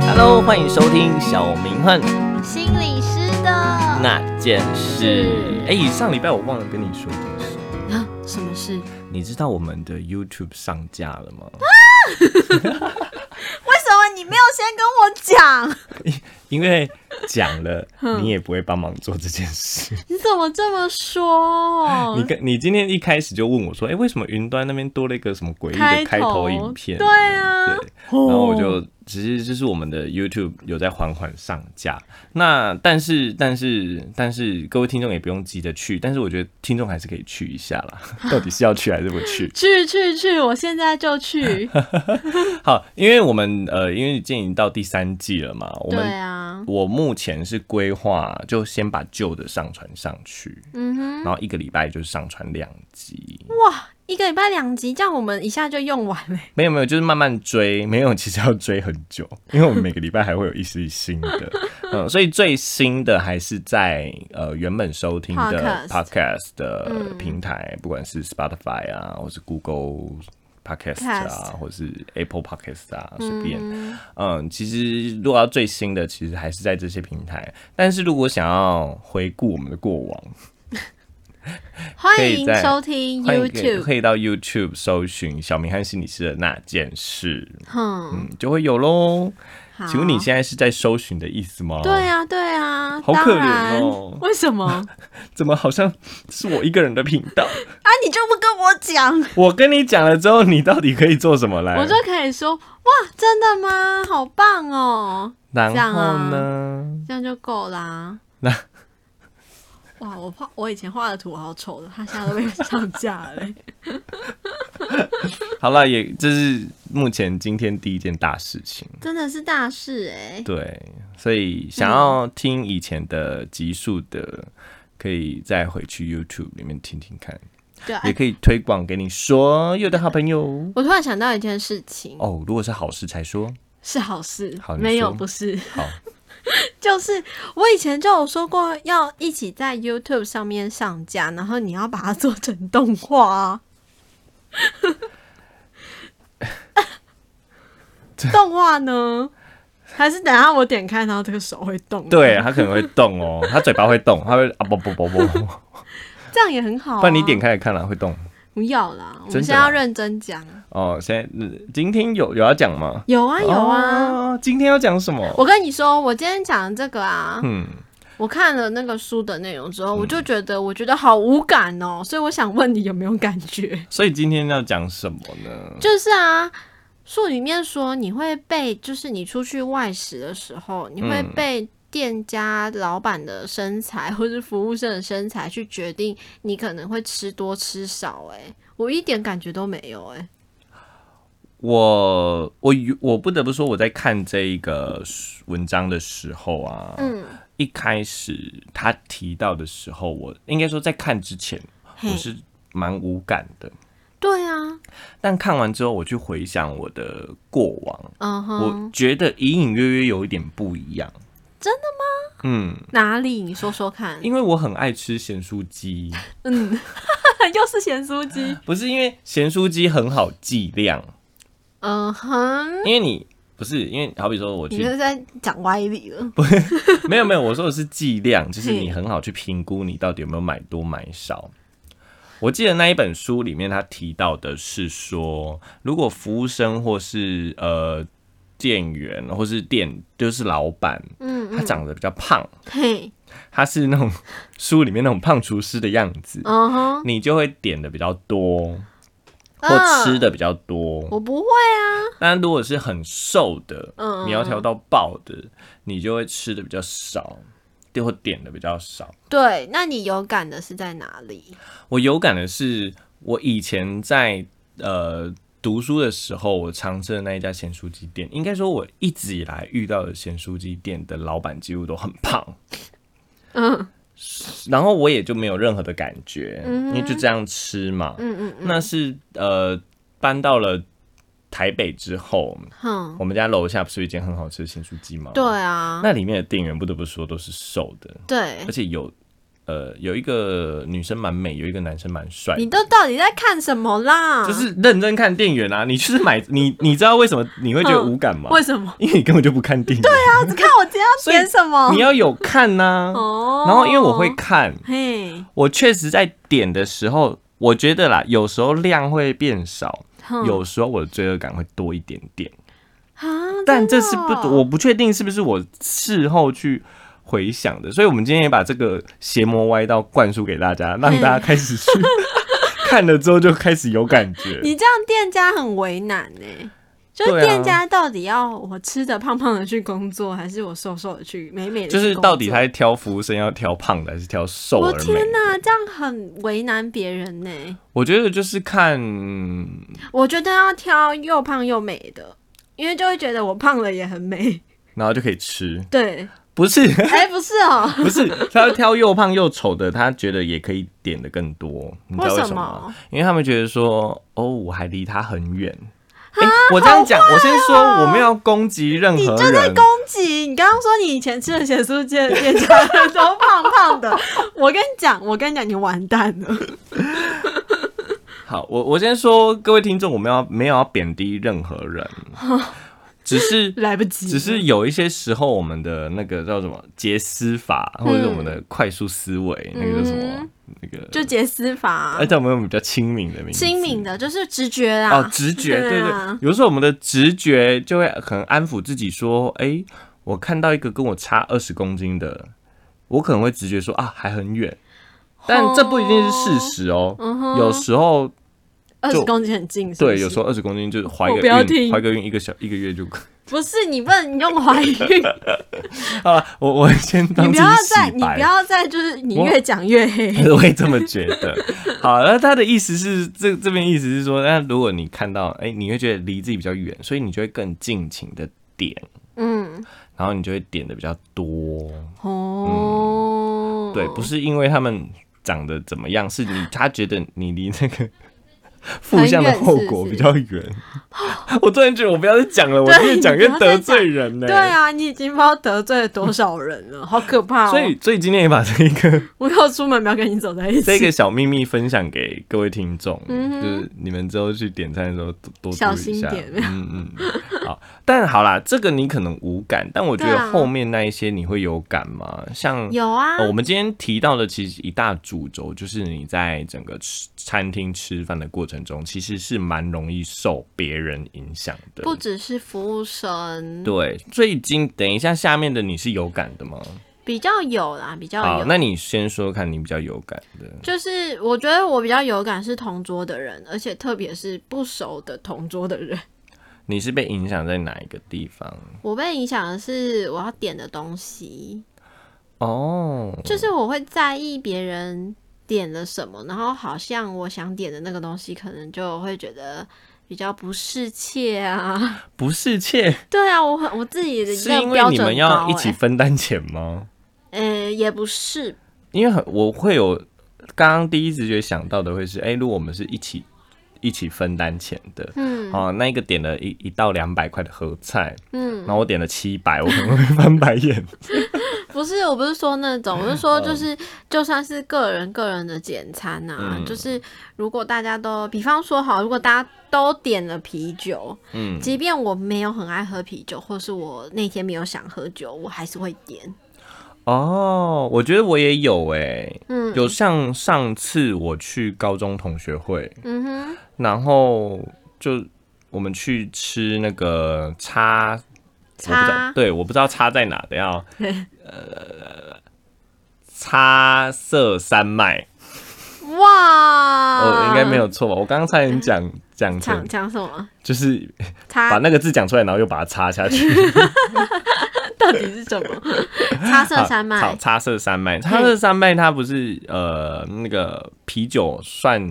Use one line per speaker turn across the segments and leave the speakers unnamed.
Hello，欢迎收听小明恨
心理师的
那件事
是。
哎、上礼拜我忘了跟你说一件事，
啊，什么事？为
你知道我们的 YouTube 上架了吗？
什么你没有先跟我讲？
因为讲了，你也不会帮忙做这件事。
你怎么这么说？
你跟你今天一开始就问我说，哎、为什么云端那边多了一个什么诡异的开头影片？
对啊，
对，然后我就其实就是我们的 YouTube 有在缓缓上架。那但是但是但是各位听众也不用急着去，但是我觉得听众还是可以去一下啦。 到底是要去还是不去？
去去去，我现在就去。
好，因为我们呃，因为已经到第三季了嘛，我
对
们
啊，
我目前是规划就先把旧的上传上去，
嗯哼，
然后一个礼拜就是上传两集。
哇，一个礼拜两集，这样我们一下就用完 了。
没有没有，就是慢慢追，没有其实要追很久，因为我们每个礼拜还会有一些新的， 嗯，所以最新的还是在呃原本收听的
Podcast 嗯
podcast 的平台，不管是 Spotify 啊，或是 Google。Podcast 啊，
Cast
或是 Apple Podcast 啊，随便，嗯其实如果要最新的，其实还是在这些平台。但是如果想要回顾我们的过往，可
欢
以
迎
在
收听
欢迎可以
YouTube，
可以到 YouTube 搜寻“小明和心理师的那件事”。
哼，
嗯，就会有喽。
好
请问你现在是在搜寻的意思吗？
对，啊，对啊，
好可怜
当然
哦
为什么？ 啊，
怎么好像是我一个人的频道？
你就不跟我讲，
我跟你讲了之后，你到底可以做什么来？
我就可以说哇，真的吗？好棒哦，
然
这样
后
啊
呢？
这样就够啦。
那
哇，我画我以前画的图好丑的，它现在都被上架了、
好了，也这是目前今天第一件大事情。
真的是大事哎、
对，所以想要听以前的集数的，可以再回去 YouTube 里面听听看，
对啊、
也可以推广给你所有的好朋友。
我突然想到一件事情，
哦，如果是好事才说
是好事，
好你
没有
说
不是，
好，
就是我以前就有说过要一起在 YouTube 上面上架，然后你要把它做成动画、 啊。动画呢？还是等一下我点开，然后这个手会动？，
对他可能会动哦，他嘴巴会动，他会啊不不不不。
哦这样也很好、啊。
不然你点开来看啦，会动
不要啦，我
真
们
的
现在要
啊
认真讲。
哦。现在嗯今天有有要讲吗？
有啊有啊，
哦，今天要讲什么？
我跟你说，我今天讲的这个啊，
嗯，
我看了那个书的内容之后，我就觉得我觉得好无感哦，所以我想问你有没有感觉？
所以今天要讲什么呢？
就是啊，书里面说你会被，就是你出去外食的时候，你会
嗯
被。店家老板的身材，或是服务生的身材，去决定你可能会吃多吃少、欸。我一点感觉都没有、欸，
我我我不得不说，我在看这一个文章的时候啊，
嗯，
一开始他提到的时候，我应该说在看之前，我
嘿，
是蛮无感的。
对啊，
但看完之后，我去回想我的过往，
嗯哼，
我觉得隐隐约约有一点不一样。
真
的吗？嗯，
哪里？你说说看。
因为我很爱吃咸酥鸡，
又是咸酥鸡。
不是因为咸酥鸡很好计量，
嗯哼，
因为你不是因为好比说我
你
去
这是在讲歪理了。
没有没有，我说的是计量，就是
嘿
你很好去评估你到底有没有买多买少。我记得那一本书里面他提到的是说，如果服务生或是呃店员或是店就是老板，
嗯
他长得比较胖，
嘿，
他是那种书里面那种胖厨师的样子，
嗯哼，
你就会点的比较多。或吃
的，
的比较多，
我不会啊。
但如果是很瘦的，
嗯
苗条到爆的，你就会吃的比较少，就会点的比较少。
对，那你有感的是在哪里？
我有感的是，我以前在呃读书的时候，我常吃的那一家咸酥鸡店，应该说我一直以来遇到的咸酥鸡店的老板几乎都很胖。
嗯
然后我也就没有任何的感觉，
嗯
因为就这样吃嘛。
嗯嗯
那是呃搬到了台北之后，
哼，
我们家楼下不是有一间很好吃的咸酥鸡吗？
对啊，
那里面的店员不得不说都是瘦的，
对
而，且有呃，有一个女生蛮美，有一个男生蛮帅的。
你都到底在看什么啦？
就是认真看店员啊，你就是买你，你知道为什么你会觉得无感吗？
为 什么？
因为你根本就不看店对
嗯啊，只看我今天要点什么？
你要有看呐、
哦，
然后因为我会看，
嘿，
我确实在点的时候，我觉得啦，有时候量会变少，
哼
有时候我的罪恶感会多一点点，
啊，
但这
真
是
的
不，
哦
我不确定是不是我事后去。回想的，所以我们今天也把这个邪魔歪道灌输给大家，让大家开始 去看了之后就开始有感觉。
你这样店家很为难呢、就是
对啊
店家到底要我吃的胖胖的去工作，还是我瘦瘦的去美美的？
就是到底他在挑服务生要挑胖的还是挑瘦
我
而美？
天哪，这样很为难别人呢、
我觉得就是看，
我觉得要挑又胖又美的，因为就会觉得我胖了也很美。
然后就可以吃，
对，
不是
哎、不是哦、
不是，他要挑又胖又丑的，他觉得也可以点的更多，你知道
为
为
什
什么吗
么？
因为他们觉得说，哦，我还离他很远。
啊
哎、我这样讲，我先说，我没有要攻击任
你
何
就在
人
攻。击！你刚刚说你以前吃的咸酥鸡的店家都胖胖的，我跟你讲，我跟你讲，你完蛋了。
好，我我先说，各位听众，我们要没有要贬低任何 人，只是
来不及了，
只是有一些时候，我们的那个叫什么杰思法，或者是我们的快速思维，那个叫什么
嗯
那个，
就杰斯法、啊
而且我们有比较亲民的名字，
亲民的，就是直觉啦。
哦，直觉，对
对
对
啊，
有时候我们的直觉就会很安抚自己说，哎，我看到一个跟我差二十公斤的，我可能会直觉说啊，还很远，但这不一定是事实哦，
哦嗯哼，
有时候
二
就
十公斤很近，是不
对，
是
有时候二十公斤就是怀
我
个
不要
孕，
听
怀个孕一个小一个月就
不是你不能用怀孕，
好了，我我先当
你不
自己
要
洗
再，你
白
不要再，就是你
我
越讲越黑。
我会这么觉得。 好，那他的意思是，这这边意思是说，那如果你看到，哎、你会觉得离自己比较远，所以你就会更尽情的点，
嗯，
然后你就会点的比较多。
哦，
对，不是因为他们长得怎么样，是你 他觉得你离那个负向的后果比较远。 我突然觉得我不要再讲 了，我
对
越讲越
你不要再
得罪人呢、
对啊，你已经不知道得罪了多少 人了，好可怕哦！
所以，所以今天也把这 个
我要出门不要跟你走在一
这
起，
个小秘密分享给各位听众，
嗯哼
就是你们之后去点餐的时候多多注意一下
小心点
嗯嗯，好。但好啦，这个你可能无感，但我觉
对
得
啊
后面那一些你会有感吗？像、
有啊
呃，我们今天提到的其实一大主轴就是你在整个吃餐厅吃饭的过程中，其实是蛮容易受别人影响的。
不只是服务生，
对，最近等一下下面的你是有感的吗？
比较有啦，比较
好，
哦有。
那你先说说看你比较有感的。
就是我觉得我比较有感是同桌的人，而且特别是不熟的同桌的人。
你是被影响在哪一个地方？
我被影响的是我要点的东西，
哦，
就是我会在意别人点了什么，然后好像我想点的那个东西，可能就会觉得比较不适切啊。
不是切，
对啊，我很我自己的
是
那
因为
个标
你
准
们
高
要一起
欸
分担钱吗？
呃，也不是，
因为很我会有刚刚第一直觉想到的会是，哎、如果我们是一起一起分担钱的。
嗯
哦，那一个点了一一到两百块的合菜，
嗯，
然后我点了七百，我可能会翻白 眼。
不是，我不是说那种，我是
嗯
说就是，就算是个人个人的简餐呐、
嗯
就是如果大家都，比方说好，如果大家都点了啤酒，
嗯，
即便我没有很爱喝啤酒，或是我那天没有想喝酒，我还是会点。
哦，我觉得我也有哎、
嗯
有像上次我去高中同学会，
嗯哼，
然后就我们去吃那个叉，我不知道
叉，
对，我不知道叉在哪，等一下、 哦，呃，叉色山脉，
哇，
哦，应该没有错吧？我刚刚差点
嗯
讲讲成
讲，讲什么？
就是把
叉
那个字讲出来，然后又把它插下 去。
到底是什么？ 叉色山
好，
脉，
叉色山脉，叉色山脉它不是呃那个啤酒算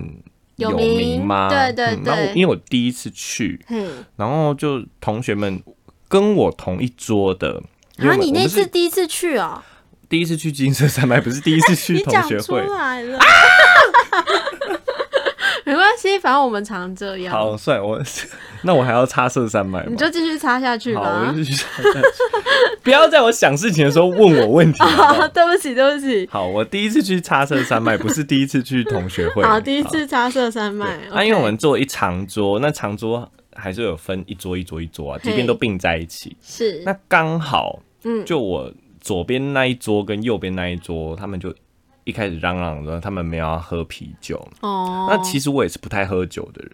有
名
名
吗？
对对
嗯然后我
对
因为我第一次去，
嘿，
然后就同学们跟我同一桌的，因为
啊，
我们
你
我
那
们
次
是
第一次去哦，
第一次去金色山脉，不是第一次去
你
同
讲
学
出
会。
来了，没关系，反正我们常这样。
好算我， 那我还要擦色三脉吗
你？就继续擦下去
好，我
吧
就。去擦下去 不要在我想事情的时候问我问题好不好
啊，对不起，对不起。
好，我第一次去擦色山脉，不是第一次去同学会。
好，第一次擦色山脉。
那、啊、因为
OK
我们坐一长桌，那长桌还是有分一桌一桌一桌啊，即便都并在一起，
是
那刚好，
嗯
就我左边那一桌跟右边那一桌，他们就一开始嚷嚷着他们没有要喝啤酒。
哦，
那其实我也是不太喝酒的人，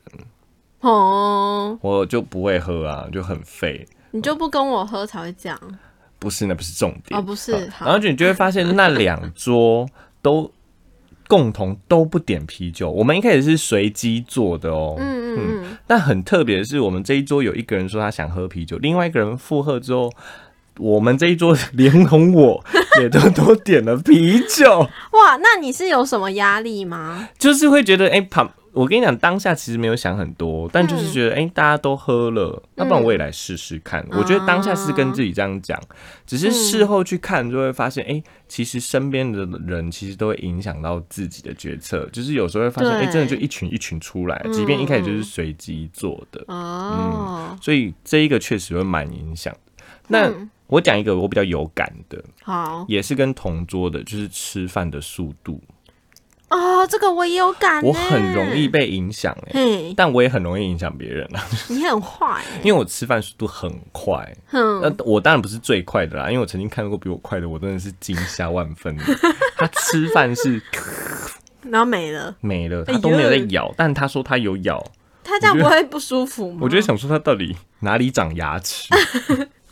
哦，
我就不会喝啊，就很废。
你就不跟我喝才会这样
不是，那不是重点
哦，不是
好，
好
然后就你就会发现那两桌都共同都不点啤酒，我们一开始是随机做的哦。
嗯嗯嗯，
但很特别的是，我们这一桌有一个人说他想喝啤酒，另外一个人附和之后，我们这一桌连同我也都都点了啤酒，
哇，那你是有什么压力吗？
就是会觉得哎，旁、我跟你讲，当下其实没有想很多，但就是觉得哎、大家都喝了，那不然我也来试试看。我觉得当下是跟自己这样讲，只是事后去看就会发现，哎、其实身边的人其实都会影响到自己的决策，就是有时候会发现，哎、
对
真的就一群一群出来，即便一开始就是随机做的。
哦，
所以这一个确实会蛮影响的。那、我讲一个我比较有感的，
好
也是跟同桌的，就是吃饭的速度，
哦，这个我也有感呢，
我很容易被影响哎、
嘿，
但我也很容易影响别人啊，
你很坏欸，
因为我吃饭速度很快。
哼，
那、我当然不是最快的啦，因为我曾经看过比我快的，我真的是惊吓万分 的。他吃饭是
然后没了，
没了，他
哎呦
都没有在咬，但他说他有咬，
他这样不会不舒服吗？
我就想说他到底哪里长牙齿，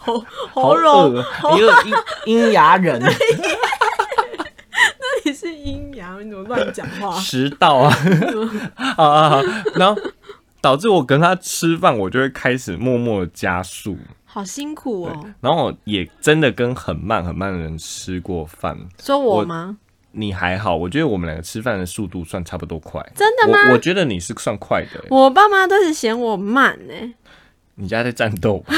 喉
好
喉咙，
恶啊，一个阴阴牙人。
你是阴阳，你怎么乱讲话
迟到啊， 啊啊！啊然后导致我跟他吃饭，我就会开始默默的加速，
好辛苦哦。
然后我也真的跟很慢很慢的人吃过饭。
说我
我
吗？
你还好，我觉得我们两个吃饭的速度算差不多快，
真的
我我
吗？
觉得你是算快的欸、
我爸妈都是嫌我慢欸呢。
你家在战斗 吧。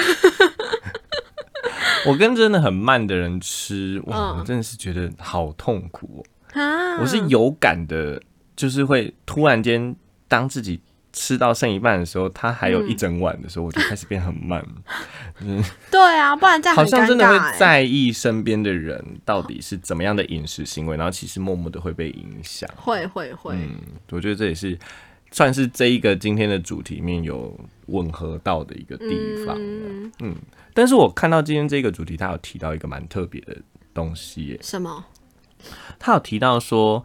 我跟真的很慢的人吃，哇，
嗯
我真的是觉得好痛苦哦、
啊，
我是有感的，就是会突然间当自己吃到剩一半的时候，它还有
嗯
一整碗的时候，我就开始变很慢，
对啊，不然这样
好
很
像
尴
真的
尬
会
欸。
在意身边的人到底是怎么样的饮食行为，然后其实默默的会被影响。
会会会，
嗯，我觉得这也是算是这一个今天的主题里面有吻合到的一个地方。啊
嗯，
但是我看到今天这个主题，它有提到一个蛮特别的东西耶，
什么？
他有提到说，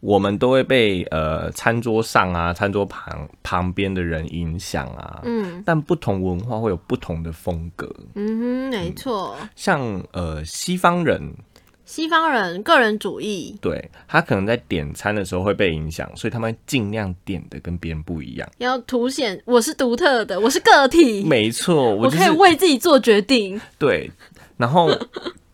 我们都会被呃餐桌上啊、餐桌旁旁边的人影响啊。
嗯
但不同文化会有不同的风格，
嗯哼，没错，
像呃西方人，
西方人个人主义
对他可能在点餐的时候会被影响，所以他们尽量点的跟别人不一样。
要凸显我是独特的，我是个体，
没错，
我
我就是嗯
可以为自己做决定。
对，然 后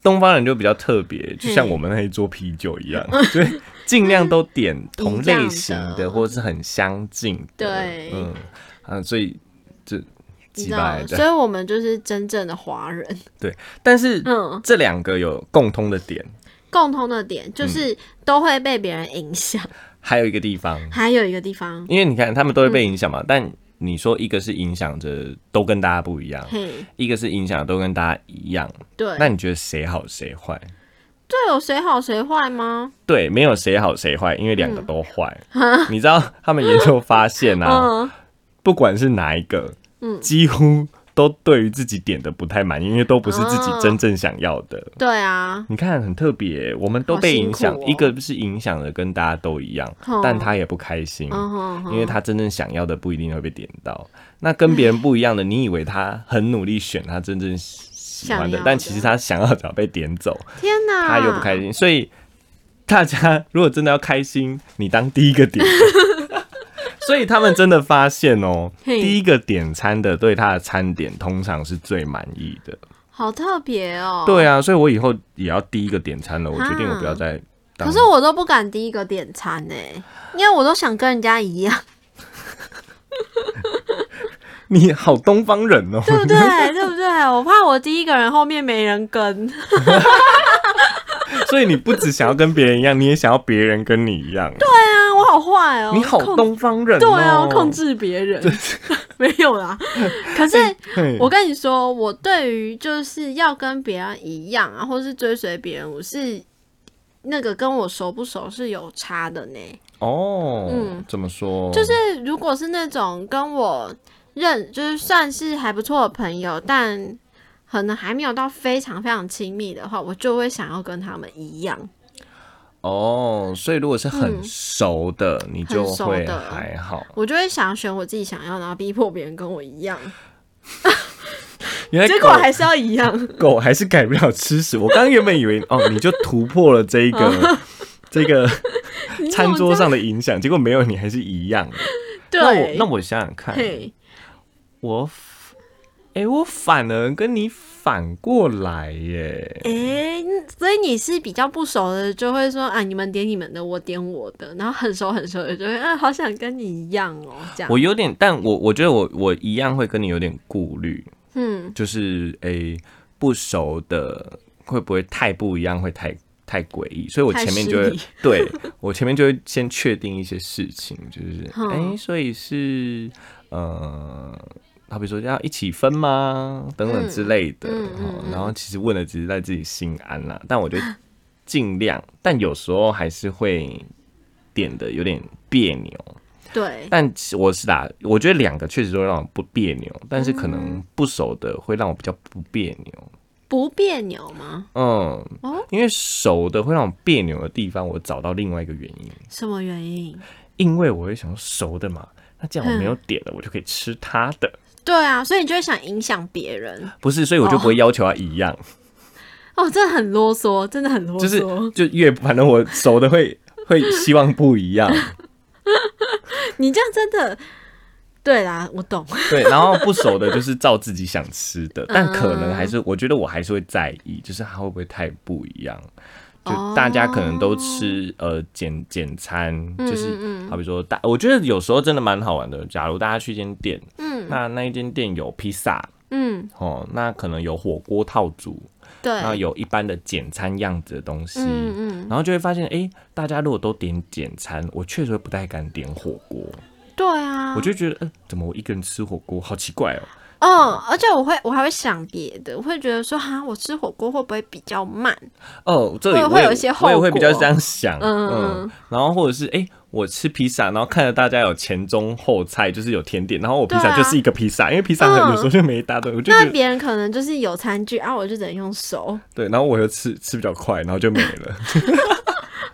东方人就比较特别，就像我们那一桌啤酒一样，所以尽量都点同类型
嗯 一样
的，
的
或者是很相近的。
对
嗯啊，所以这
你
几
知道
百，
所
的，
以我们就是真正的华人。
对，但是
嗯，
这两个有共通的点，
共通的点
嗯
就是都会被别人影响。
还有一个地方，
还有一个地方，
因为你看他们都会被影响
嗯
嘛，但你说一个是影响着都跟大家不一样，
嘿，
一个是影响都跟大家一样，
对，
那你觉得谁好谁坏？
对，有谁好谁坏吗？
对，没有谁好谁坏，因为两
嗯
个都坏。你知道他们研究发现啊，
嗯，
不管是哪一个，几乎都对于自己点的不太满意，因为都不是自己真正想要的。
对啊，
你看，很特别，我们都
好
被
辛
影响，
苦哦
一个是影响的跟大家都一样，
哦
但他也不开心。
嗯哼哼，
因为他真正想要的不一定会被点到，那跟别人不一样的，你以为他很努力选他真正喜欢
想
的
要，
但
的
其实他想要早被点走，
天哪，
他又不开心，所以大家如果真的要开心，你当第一个点。 所以他们真的发现哦，
嘿
第一个点餐的对他的餐点通常是最满意的。
好特别哦。，
对啊，所以我以后也要第一个点餐了。我决定
啊
我不要再当。
可是我都不敢第一个点餐呢、因为我都想跟人家 一样，
你好东方人哦，
对不对？对不对？我怕我第一个人后面没人跟，
所以你不只想要跟别人一样，你也想要别人跟你一样。对，
对啊，我好好坏哦，
你好
控
东方人、哦，
对啊，控制别人 没有啦。可
哎
是
嘿。
我跟你说，我对于就是要跟别人一样啊，或是追随别人，我是那个跟我熟不熟是有差的呢。
哦，
嗯
怎么说？
就是如果是那种跟我认，就是算是还不错的朋友，但可能还没有到非常非常亲密的话，我就会想要跟他们一样。
哦，所以如果是很熟的，你就
嗯很熟
会
的
还好。
我就会想选我自己想要，然后逼迫别人跟我一样，
原来
结
狗
果还是要一样。
狗还是改不了吃屎。我刚刚原本以为 哦，你就突破了这一个 这个
嗯你怎么
餐
这
桌
样
上的影响，结果没有，你还是一样的。那我
对，
那我想想看，
嘿，
我哎、我反而跟你反过来耶。
诶，哎所以你是比较不熟的，就会说啊，你们点你们的，我点我的，然后很熟很熟的就会，啊，好想跟你一样哦，这样
我。有点，但我我觉得我我一样会跟你有点顾虑，
嗯，
就是诶、不熟的会不会太不一样，会太太诡异，所以我
太
前面
失
就会
礼
对我前面就会先确定一些事情，就是
嗯
诶、所以是呃，好比说要一起分吗？等等之类的，
嗯嗯
哦然后其实问了只是在自己心安啦，但我就尽量，但有时候还是会点的有点别扭。
对，
但其实我是打，我觉得两个确实都会让我不别扭，但是可能不熟的会让我比较不别扭。
不别扭吗？
嗯，
哦
因为熟的会让我别扭的地方，我找到另外一个原因，
什么原因？
因为我会想说熟的嘛，那既然我没有点了，我就可以吃他的，
对啊，所以你就会想影响别人
不是，所以我就不会要求他一样，
哦，真的很啰嗦，真的很啰嗦。
就是就越反正我熟的会会希望不一样，
你这样真的，对啦，我懂。
对，然后不熟的就是照自己想吃的，但可
嗯
能还是我觉得我还是会在意，就是它会不会太不一样。就大家可能都吃、
哦
呃简简餐，
嗯
就是好比说大，我觉得有时候真的蛮好玩的。假如大家去一间店，
嗯
那那一间店有披萨
嗯，
哦，那可能有火锅套组，
对，
那有一般的简餐样子的东西，
嗯嗯，
然后就会发现，诶，大家如果都点简餐，我确实会不太敢点火锅，
对啊，
我就觉得，嗯、怎么我一个人吃火锅，好奇怪哦。
嗯，而且我会，我还会想别的，我会觉得说，哈，我吃火锅会不会比较慢？
哦，这里
会
我也
有一些
我也
后
会比较
果
这样想，
嗯
嗯
嗯，
然后或者是哎、诶我吃披萨，然后看着大家有前中后菜，就是有甜点，然后我披
对
萨
啊嗯
就是一个披萨，因为披萨很有时候就没一大堆，我就觉
那
得
别人可能就是有餐具啊，我就只能用手，
对，然后我又吃吃比较快，然后就没了。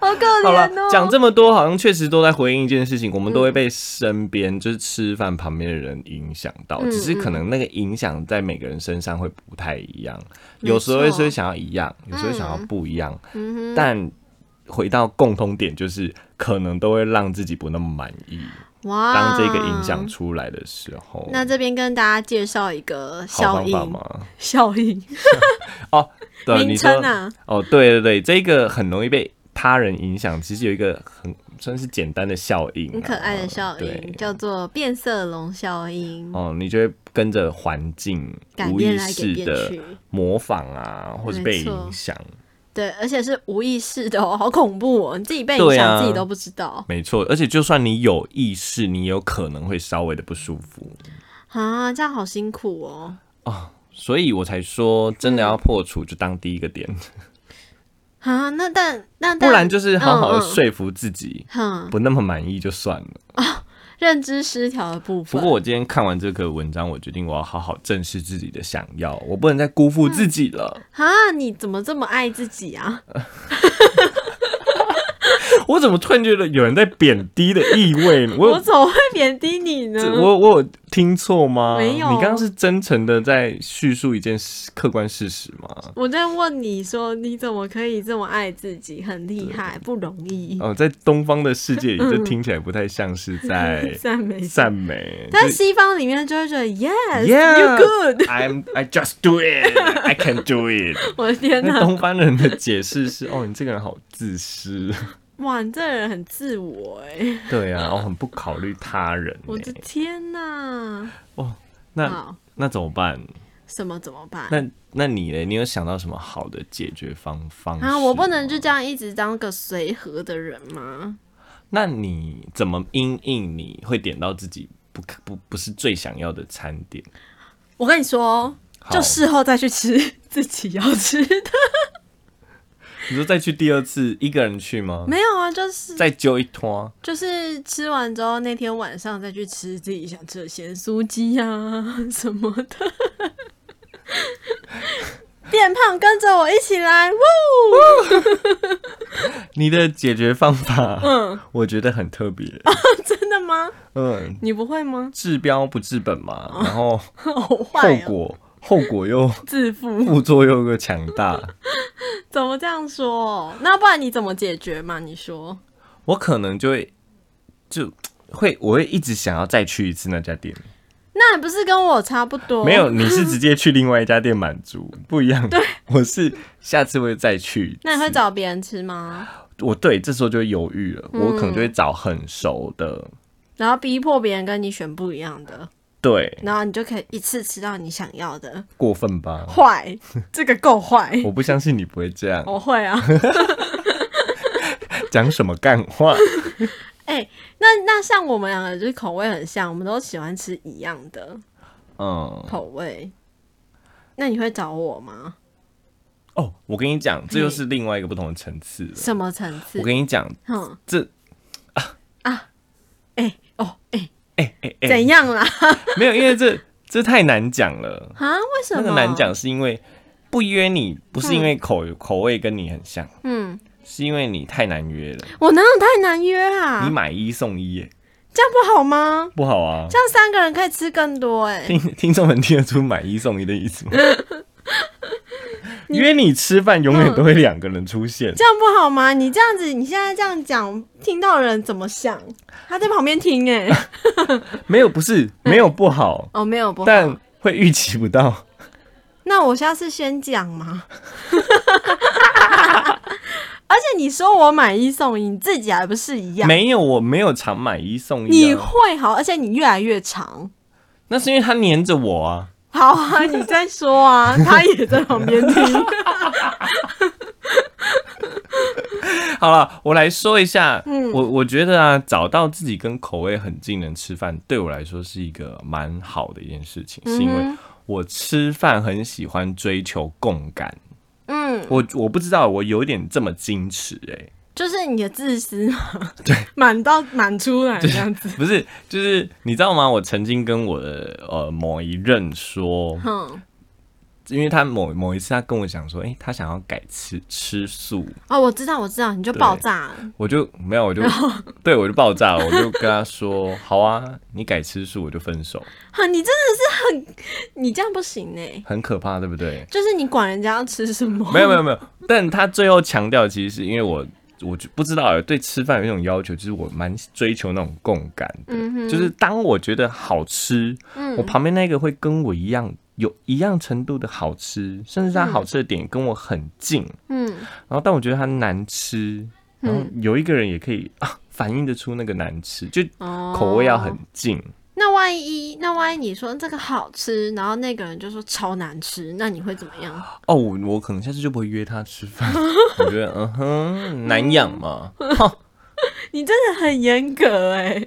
好可
好了
怜哦。，
讲这么多，好像确实都在回应一件事情，我们都会
嗯
被身边就是吃饭旁边的人影响到，
嗯
只是可能那个影响在每个人身上会不太一样，
没
有时候
错
会想要一样，有时候想要不一样，
嗯
但回到共通点就是，可能都会让自己不那么满意。
哼，哇，
当这个影响。出来的时候，
那这边跟大家介绍一个
好
效
方法
应，
吗？
效应
哦，对，
名
你说
称啊，
哦，对对对，这个很容易被他人影响，其实有一个很算是简单的效应、啊，
很可爱的效应
对，
叫做变色龙效应，
哦，你就会跟着环境
改
无
变
意
来改
识
变
的
去。
模仿啊，或是被
没错
影响。
对，而且是无意识的哦，好恐怖哦！你自己被影
对
响，
啊
自己都不知道
没错，而且就算你有意识，你也有可能会稍微的不舒服。
啊，这样好辛苦哦。
所以我才说，真的要破除，就当第一个点，
嗯啊，那但那但
不然就是好好的
嗯嗯
说服自己，
哼，
不那么满意就算了。
认知失调的部
不
分。
过我今天看完这个文章，我决定我要好好正视自己的想要，我不能再辜
嗯
负自己了。
啊，你怎么这么爱自己啊？
我怎么突然觉得有人在贬低的意味 呢？我
我
有
怎么会贬低你呢？
这我我有听错吗？
嗯没有
你刚刚是真诚的在叙述一件事客观事实吗？
我在问你说，你怎么可以这么爱自己？很厉害，不容易。
哦，在东方的世界里，这听起来不太像是 在
赞美，
赞美。
但
就
西方里面就会觉得 yes,
Yeah
you good。
I'm I just do it, I can do it。
我的天
那
哪，
东方人的解释是，哦，你这个人好自私。
哇，你这人很自我哎、
对啊，然后很不考虑他人欸。
我的天哪！
那
好，
那怎么办？
什么怎么办？
那那你嘞？你有想到什么好的解决方方式
啊，我不能
吗
就这样一直当个随和的人吗？
那你怎么因应你会点到自己不不不是最想要的餐点？
我跟你说，
好
就事后再去吃自己要吃的。
你说再去第二次一个人去吗？
没有啊，就是
再揪一拖，
就是吃完之后那天晚上再去吃自己想吃的咸酥鸡 啊什么的。变胖跟着我一起来，呜！
你的解决方法，
嗯，
我觉得很特 别。
真的吗？
嗯，
你不会吗？
治标不治本嘛，然后
好
后
哦坏哦，
果后果又
自负。
副作用又强大。
怎么这样说？那不然你怎么解决嘛？你说，
我可能就会就会我会一直想要再去一次那家店。
那还不是跟我差不多？
没有，，你是直接去另外一家店满足，不一 样。对，我是下次会再去。
那你会找别人吃吗？
我对这时候就会犹豫了，我可能就会找很熟的。
然后逼迫别人跟你选不一样的，
对，
然后你就可以一次吃到你想要的。
过分吧？
坏，这个够坏。
我不相信你不会这样
我会啊，
讲什么干话。
哎、那那像我们两个就是口味很像，我们都喜欢吃一样的
嗯，
口味。那你会找我吗？
哦，我跟你讲，这就是另外一个不同的层次了。
什么层次
我？跟你讲，
哼，
这
哎、哦，哎、
哎哎哎，
怎样啦？
没有，因为这这太难讲 了。
啊，为什
那
么？
个难讲是因为不约你，不是因为口、口味跟你很像，
嗯，
是因为你太难约了。
我哪有太难约啊？
你买一送一耶，
这样不好吗？
不好啊
这。样三个人可以吃更多哎、
听听众们听得出买一送一的意思 吗？约你吃饭永远都会两个人出现，
这样不好吗？你这样子，你现在这样讲，听到的人怎么想？他在旁边听哎、
没有不是没有不好，
哦，没有嗯不好。
但会预期不到。
那我下次先讲嘛。 而且你说我买一送一，你自己还不是一样？
没有，我没有常买一送一、
你
啊，
会好，而且你越来越长。
那是因为他黏着我啊。
好啊，你在 说啊，他也在旁边听。
好了，我来说一下，
嗯
我我觉得啊，找到自己跟口味很近的人吃饭，对我来说是一个蛮好的一件事情，
嗯
是因为我吃饭很喜欢追求共感。
嗯，
我我不知道，我有点这么矜持哎、
就是你的自私嘛，对，满到满出来这样子。
不是，就是你知道吗？我曾经跟我的呃某一任说，
哼，
因为他某某一次他跟我讲说，诶，他想要改吃吃素，
哦，我知道，我知道，你就爆炸了。
我就没有，我就对我就爆炸了，我就跟他说，好啊，你改吃素我就分手，
哈，你真的是很，你这样不行哎、
很可怕，对不对？
就是你管人家要吃什么？
没有没有没有，但他最后强调，其实是因为我我就不知道欸对吃饭有一种要求，就是我蛮追求那种共感的，
嗯哼
就是当我觉得好吃，
嗯
我旁边那个会跟我一样有一样程度的好吃，甚至他好吃的点跟我很近，
嗯，
然后但我觉得它难吃，然后有一个人也可以啊反映得出那个难吃，就
哦
口味要很近。
那万一那万一你说这个好吃，然后那个人就说超难吃，那你会怎么样？
哦，我我可能下次就不会约他吃 饭，我觉得嗯哼难养嘛，
你真的 很严格哎、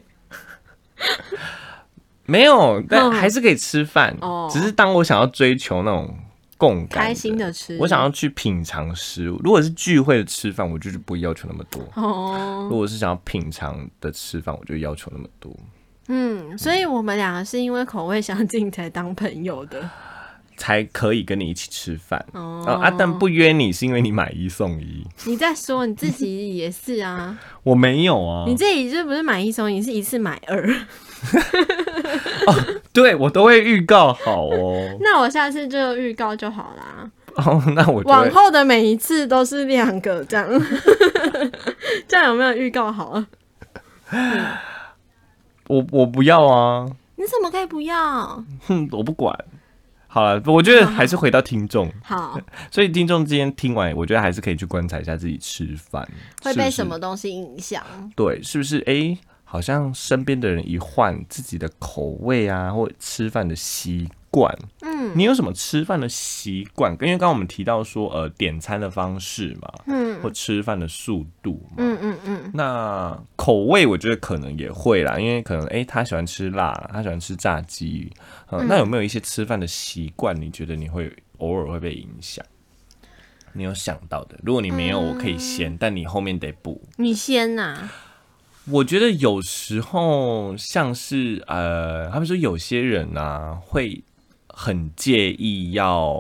没有，但
嗯
还是可以吃饭。
哦
只是当我想要追求那种共感，
开心的吃
我想要去品尝食物。如果是聚会的吃饭，我就是不要求那么多；
哦，
如果是想要品尝的吃饭，我就要求那么多。
嗯，所以我们两个是因为口味相近才当朋友的
才可以跟你一起吃饭
哦。
啊！但不约你是因为你买一送一，
你在说你自己也是 啊，
我没有啊
你。自己是不是买一送一，是一次买二？。
对我都会预告好哦
那我下次就预告就好啦。
哦，那我就
往
会
后的每一次都是两个 这样，这样有没有预告好啊了？
我我不要啊，
你怎么可以不要？
哼，我不管。好了，我觉得还是回到听众。
好，
所以听众今天听完，我觉得还是可以去观察一下自己吃饭
会
是不
被
是
什么东西影响？
对，是不是？诶，好像身边的人一换自己的口味啊，或者吃饭的习惯？
嗯
你有什么吃饭的习惯？因为刚刚我们提到说，呃，点餐的方式嘛，
嗯
或吃饭的速度嘛。
嗯嗯嗯，
那口味我觉得可能也会啦，因为可能诶、他喜欢吃辣，他喜欢吃炸鸡，嗯，那有没有一些吃饭的习惯？你觉得你会偶尔会被影响？你有想到的？如果你没有，我可以
嗯
先，但你后面得补。
你先啊呐、
我觉得有时候像是呃，他们说有些人啊会很介意要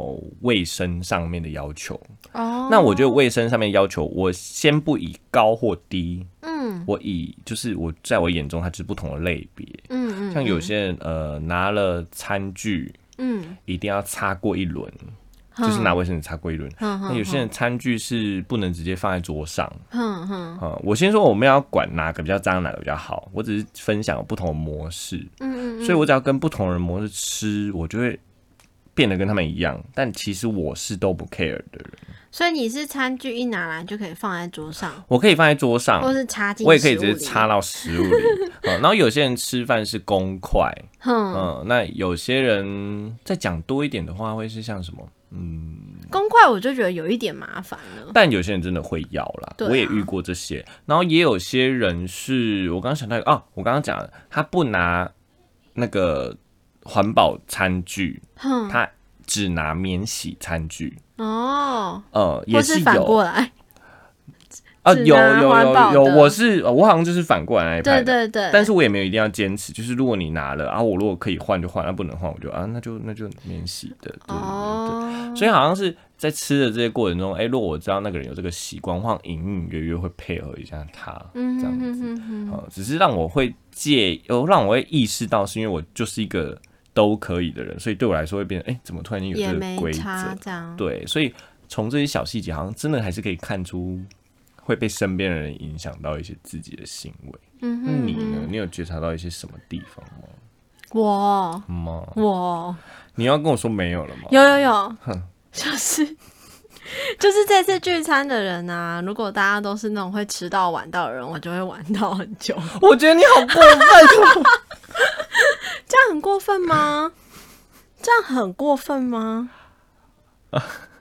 卫生上面的要求，
哦，
那我觉得卫生上面要求，我先不以高或低，
嗯
我以就是我在我眼中它就是不同的类别。
嗯嗯，
像有些人呃拿了餐具
嗯，
一定要擦过一轮，就是拿卫生纸擦过一轮。
哼
那
哼
有些人餐具是不能直接放在桌上，
哼哼，
嗯，我先说我们要管哪个比较脏，哪个比较好，我只是分享不同的模式，
嗯嗯
所以我只要跟不同人模式吃，我就会变得跟他们一样，但其实我是都不 care 的人，
所以你是餐具一拿来就可以放在桌上，
我可以放在桌上，
或是插进，
啊我也可以直接插，到食物 里。嗯，然后有些人吃饭是公筷，
哼，
嗯，那有些人再讲多一点的话，会是像什么？
公筷我就觉得有一点麻烦了，
但有些人真的会要啦，
对啊
我也遇过这些。然后也有些人是我刚刚想到一个哦，我刚刚讲了他不拿那个环保餐具，
哼，
他只拿免洗餐具。
哦，
呃，也
或是反
有
过来，
啊，
只
有
拿
有有
环保
有，
的
我是呃我好像就是反过来那一派
对
的
对对，
但是我也没有一定要坚持，就是如果你拿了啊，我如果可以换就换，那、不能换我就啊，那就那就免洗的。对对嗯对
哦，
所以好像是在吃的这些过程中，哎、如果我知道那个人有这个习惯，我好像隐隐约约会配合一下他，
嗯
这样
哼
子。
哼哼哼，
呃只是让我会介，呃，让我会意识到，是因为我就是一个都可以的人，所以对我来说会变成，哎、怎么突然间有
也
这
没
个规
差
则？
这样，
对，所以从这些小细节，好像真的还是可以看出会被身边的人影响到一些自己的行为。
嗯
那
哼，
你呢？你有觉察到一些什么地方吗？
我
吗？
我
你要跟我说没有了吗？
有有有，就是 就是这次聚餐的人啊，如果大家都是那种会迟到晚到的人，我就会晚到很 久。
我觉得你好过分哦。
这样很过分吗？这样很过 分吗？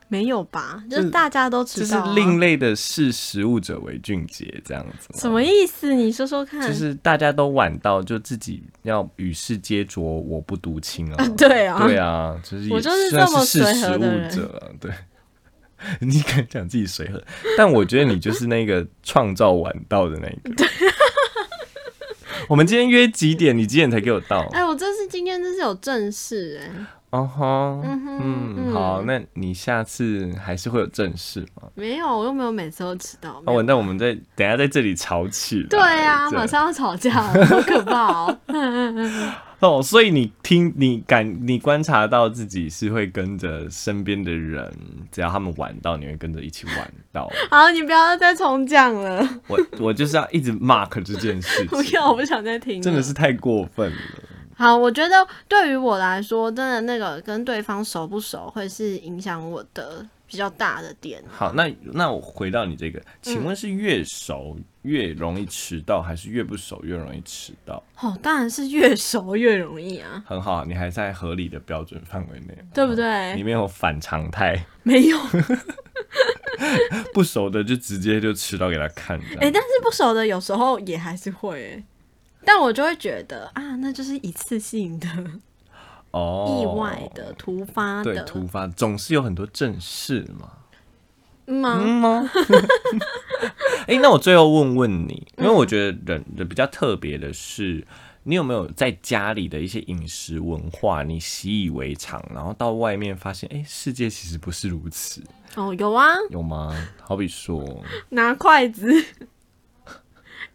没有吧？就是大家都
就
迟
是
到、啊，
另类的视食物者为俊杰这样子吗。
什么意思？你说说看。
就是 大家都晚到，就自己要与世接着，我不独清啊。
对 啊，
对啊，就是也
我就是
虽然
这么
是识
随
时
和的
务
人
者啊，对。 你敢讲自己随和，但我觉得你就是那个创造晚到的那一个。 我们今天约几点？你几点才给我 到？
哎、我这次今天真是有正事哎、
哦吼，
嗯哼
嗯，
嗯
好，那你下次还是会有正事吗？
没有，我又没有每次都迟到。
哦，
没有
我那我们在等一下在这里吵起来。
对啊，
这
马上要吵架了，好可怕哦！
哦，所以你听，你感，你观察到自己是会跟着身边的人，只要他们玩到，你会跟着一起玩到。
好，你不要再重讲了，
我我就是要一直 mark 这件事
不
情，
要，我不想再听了。
真的是太过分了。
好，我觉得对于我来说，真的那个跟对方熟不熟，会是影响我的比较大的点。
好，那那我回到你这个，请问是越熟
嗯
越容易迟到，还是越不熟越容易迟到？
哦，当然是越熟越容易啊，
很好，你还在合理的标准范围内，
对不
你
对？
没有反常 态，
没有，
不熟的就直接就吃到给他看。这样
哎、但是不熟的有时候也还是会、欸，但我就会觉得啊，那就是一次性的、
哦，
意外的、突发
对
的，
突发总是有很多正事嘛。
嗯吗？
嗯 吗？哎、那我最后问问你，因为
嗯
我觉得人的比较特别的是，你有没有在家里的一些饮食文化你习以为常，然后到外面发现，哎、世界其实不是如此，
哦，有啊，
有吗？好比说，
拿筷子。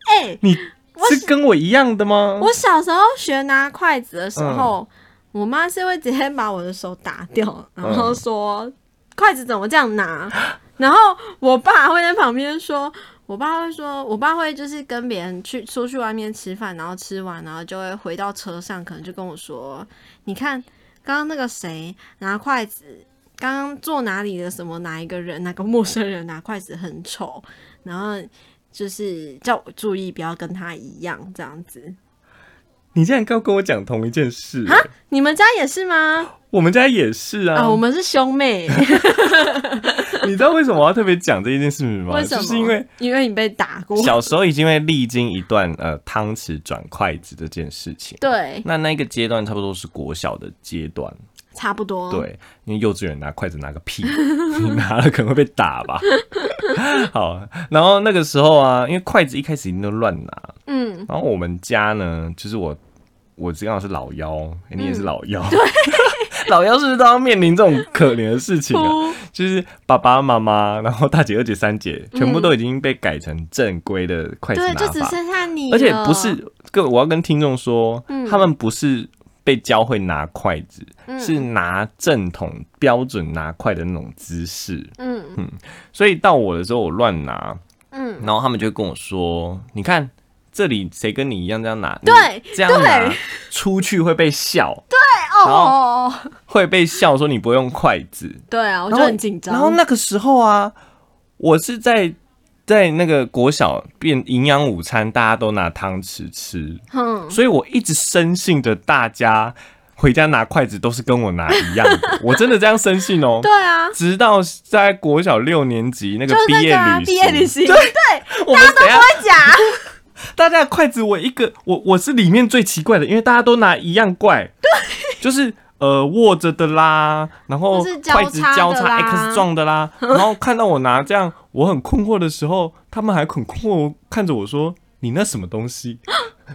哎、
你是跟我一样的吗？
我小时候学拿筷子的时候，我妈是会直接把我的手打掉，然后说、筷子怎么这样拿？ 然后我爸会在旁边说，我爸会说，我爸会就是跟别人去出去外面吃饭，然后吃完，然后就会回到车上，可能就跟我说，你看刚刚那个谁拿筷子。刚刚坐哪里的什么哪一个人哪个陌生人拿筷子很丑，然后就是叫我注意不要跟他一样这样子。
你竟然要跟我讲同一件事、
啊，你们家也是吗？
我们家也是啊。
啊，我们是 兄妹，
你知道为什么我要特别讲这一件事情吗？
为什么？
就是因为
因为你被打过。
小时候已经会历经一段呃汤匙转筷子这件事情。
对，
那那个阶段差不多是国小的阶段，
差不多。，
对，因为幼稚园拿筷子拿个屁， 你拿了可能会被打吧。 好，然后那个时候啊，因为筷子一开始一定都乱拿，
嗯，
然后我们家呢，就是我，我刚好是老幺，诶你也
嗯
是老幺， 老幺是不是都要面临这种可怜的事情啊？
哭
就是爸爸妈妈，然后大姐、二姐、三姐，全部都已经被改成正规的筷子
嗯对，
拿
就只
法，
剩下你了，
而且不是跟我要跟听众说，他们不是被教会拿筷子，
嗯
是拿正统标准拿筷的那种姿势。
嗯
所以到我的时候，我乱拿，
嗯，
然后他们就会跟我说：“你看这里谁跟你一样这样拿？
对
你这样拿
对
出去会被笑，
哎哦哦哦，
会被笑说你不用筷子。”
对啊，我就
然后
很紧
然后
张。
那个时候啊，我是在在那个国小变营养午餐，大家都拿汤匙吃，
嗯，
所以我一直深信着大家回家拿筷子都是跟我拿一样 的，我真的这样深信哦。
对啊，
直到在国小六年级那个
就是
毕
那
业
个啊
旅
毕业旅行，
对，
对，
我们等一下
真假？
大家的筷子我一个，我我是里面最奇怪的，因为大家都拿一样怪，对，就是呃握着的啦，然后
或是交叉
筷子交
的啦
叉哎 X 状的 啦，然后看到我拿这样，我很困惑的时候，他们还很困惑看着我说：“你那什么东西？”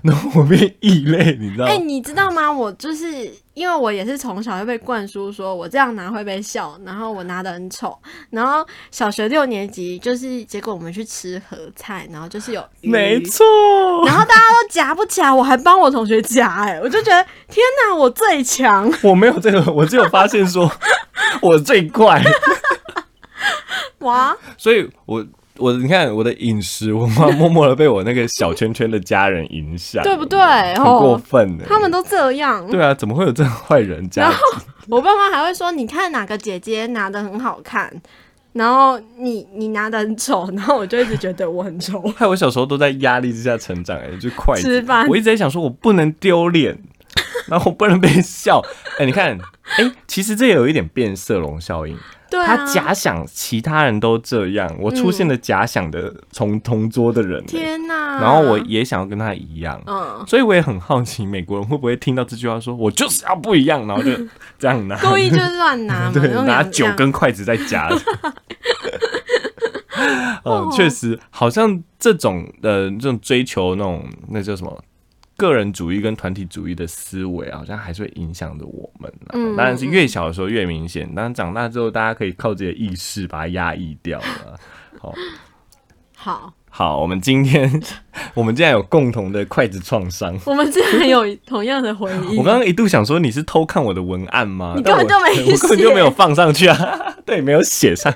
然后我被异类，你知道吗？
哎、你知道吗？我就是因为我也是从小就被灌输说我这样拿会被笑，然后我拿的很丑。然后小学六年级就是结果我们去吃盒菜，然后就是有鱼，
没错，
然后大家都夹不起来，我还帮我同学夹，哎，我就觉得天哪，我最强！
我没有这 个，我只有发现说我最怪，
哇，
所以我。我你看我的饮食文化，默默的被我那个小圈圈的家人影响，
对不对
很过
哦，
分呢、
他们都这样。
对啊，怎么会有这种坏人家
然？后我爸妈还会说，你看哪个姐姐拿的很好看，然后你你拿的很丑，然后我就一直觉得我很丑。
害我小时候都在压力之下成长、哎，就是筷子。
吃饭
我一直在想说，我不能丢 脸，然后我不能被笑。哎、你看，哎、其实这也有一点变色龙效应。
对啊，
他假想其他人都这样，我出现了假想的从同桌的人、哎
天哪！
然后我也想要跟他一样。
嗯，
所以我也很好奇，美国人会不会听到这句话说“我就是要不一样”，然后就 这样拿，
故意就是乱拿 嘛，
对，
用
拿
两
九
样
根筷子在夹。 嗯
哦，
确实，好像这种呃，这种追求那种那叫什么个人主义跟团体主义的思维，好像还是会影响着我们、啊。
嗯
当然是越小的时候越明显，当然长大之后，大家可以靠自己的意识把它压抑掉了。好，
好，
好，我们今天 我们竟然有共同的筷子创伤。
我们竟然有同样的回 忆。
我刚刚一度想说你是偷看我的文案吗？
你根本
但我
就
我
没
根本
写
就没有放上去啊， 对，没有写上。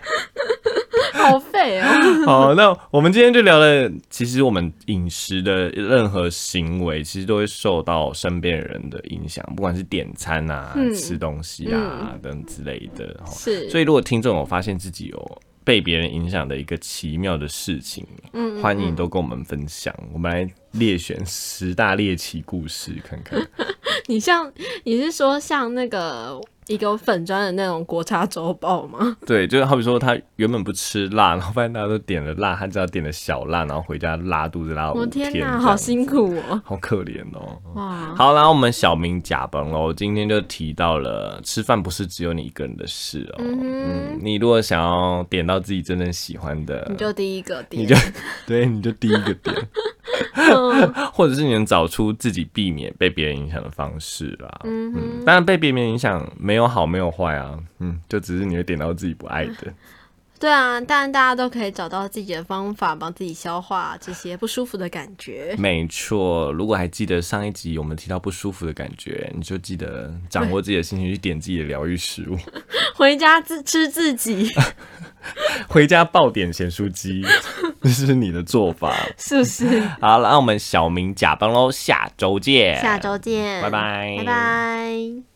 好废哦，
好，那我们今天就聊了，其实我们饮食的任何行为，其实都会受到身边人的影响，不管是点餐啊、
嗯
吃东西啊、等之类的。哦
是，
所以，如果听众有发现自己有被别人影响的一个奇妙的事情，
嗯
欢迎都跟我们分享。我们来列选十大猎奇故事看看。
你像你是说像那个一个粉砖的那种国茶周报吗？
对，就是好比说他原本不吃辣，然后发现大家都点了辣，他只要点了小辣，然后回家拉肚子拉
我
五
天
哦这
哪，
样
好辛苦嗯哦，
好可怜哦。
哇，
好，然后我们小明假崩喽，今天就提到了吃饭不是只有你一个人的事哦。
嗯
嗯，你如果想要点到自己真正喜欢的，
你就第一个点，
你就对，你就第一个点，
嗯
或者是你能找出自己避免被别人影响的方式啦。
嗯
嗯，
哼，
当然被别人影响没有好没有坏啊，嗯，就只是你会点到自己不爱的。
对啊，但大家都可以找到自己的方法，帮自己消化这些不舒服的感 觉。
没错，如果还记得上一集我们提到不舒服的感觉，你就记得掌握自己的心情，去点自己的疗愈食物，
回家自吃自己，
回家爆点咸酥鸡，这是你的做法。
是不 是？
好，那我们小明假帮喽，下周见，
下周见，
拜拜
拜拜。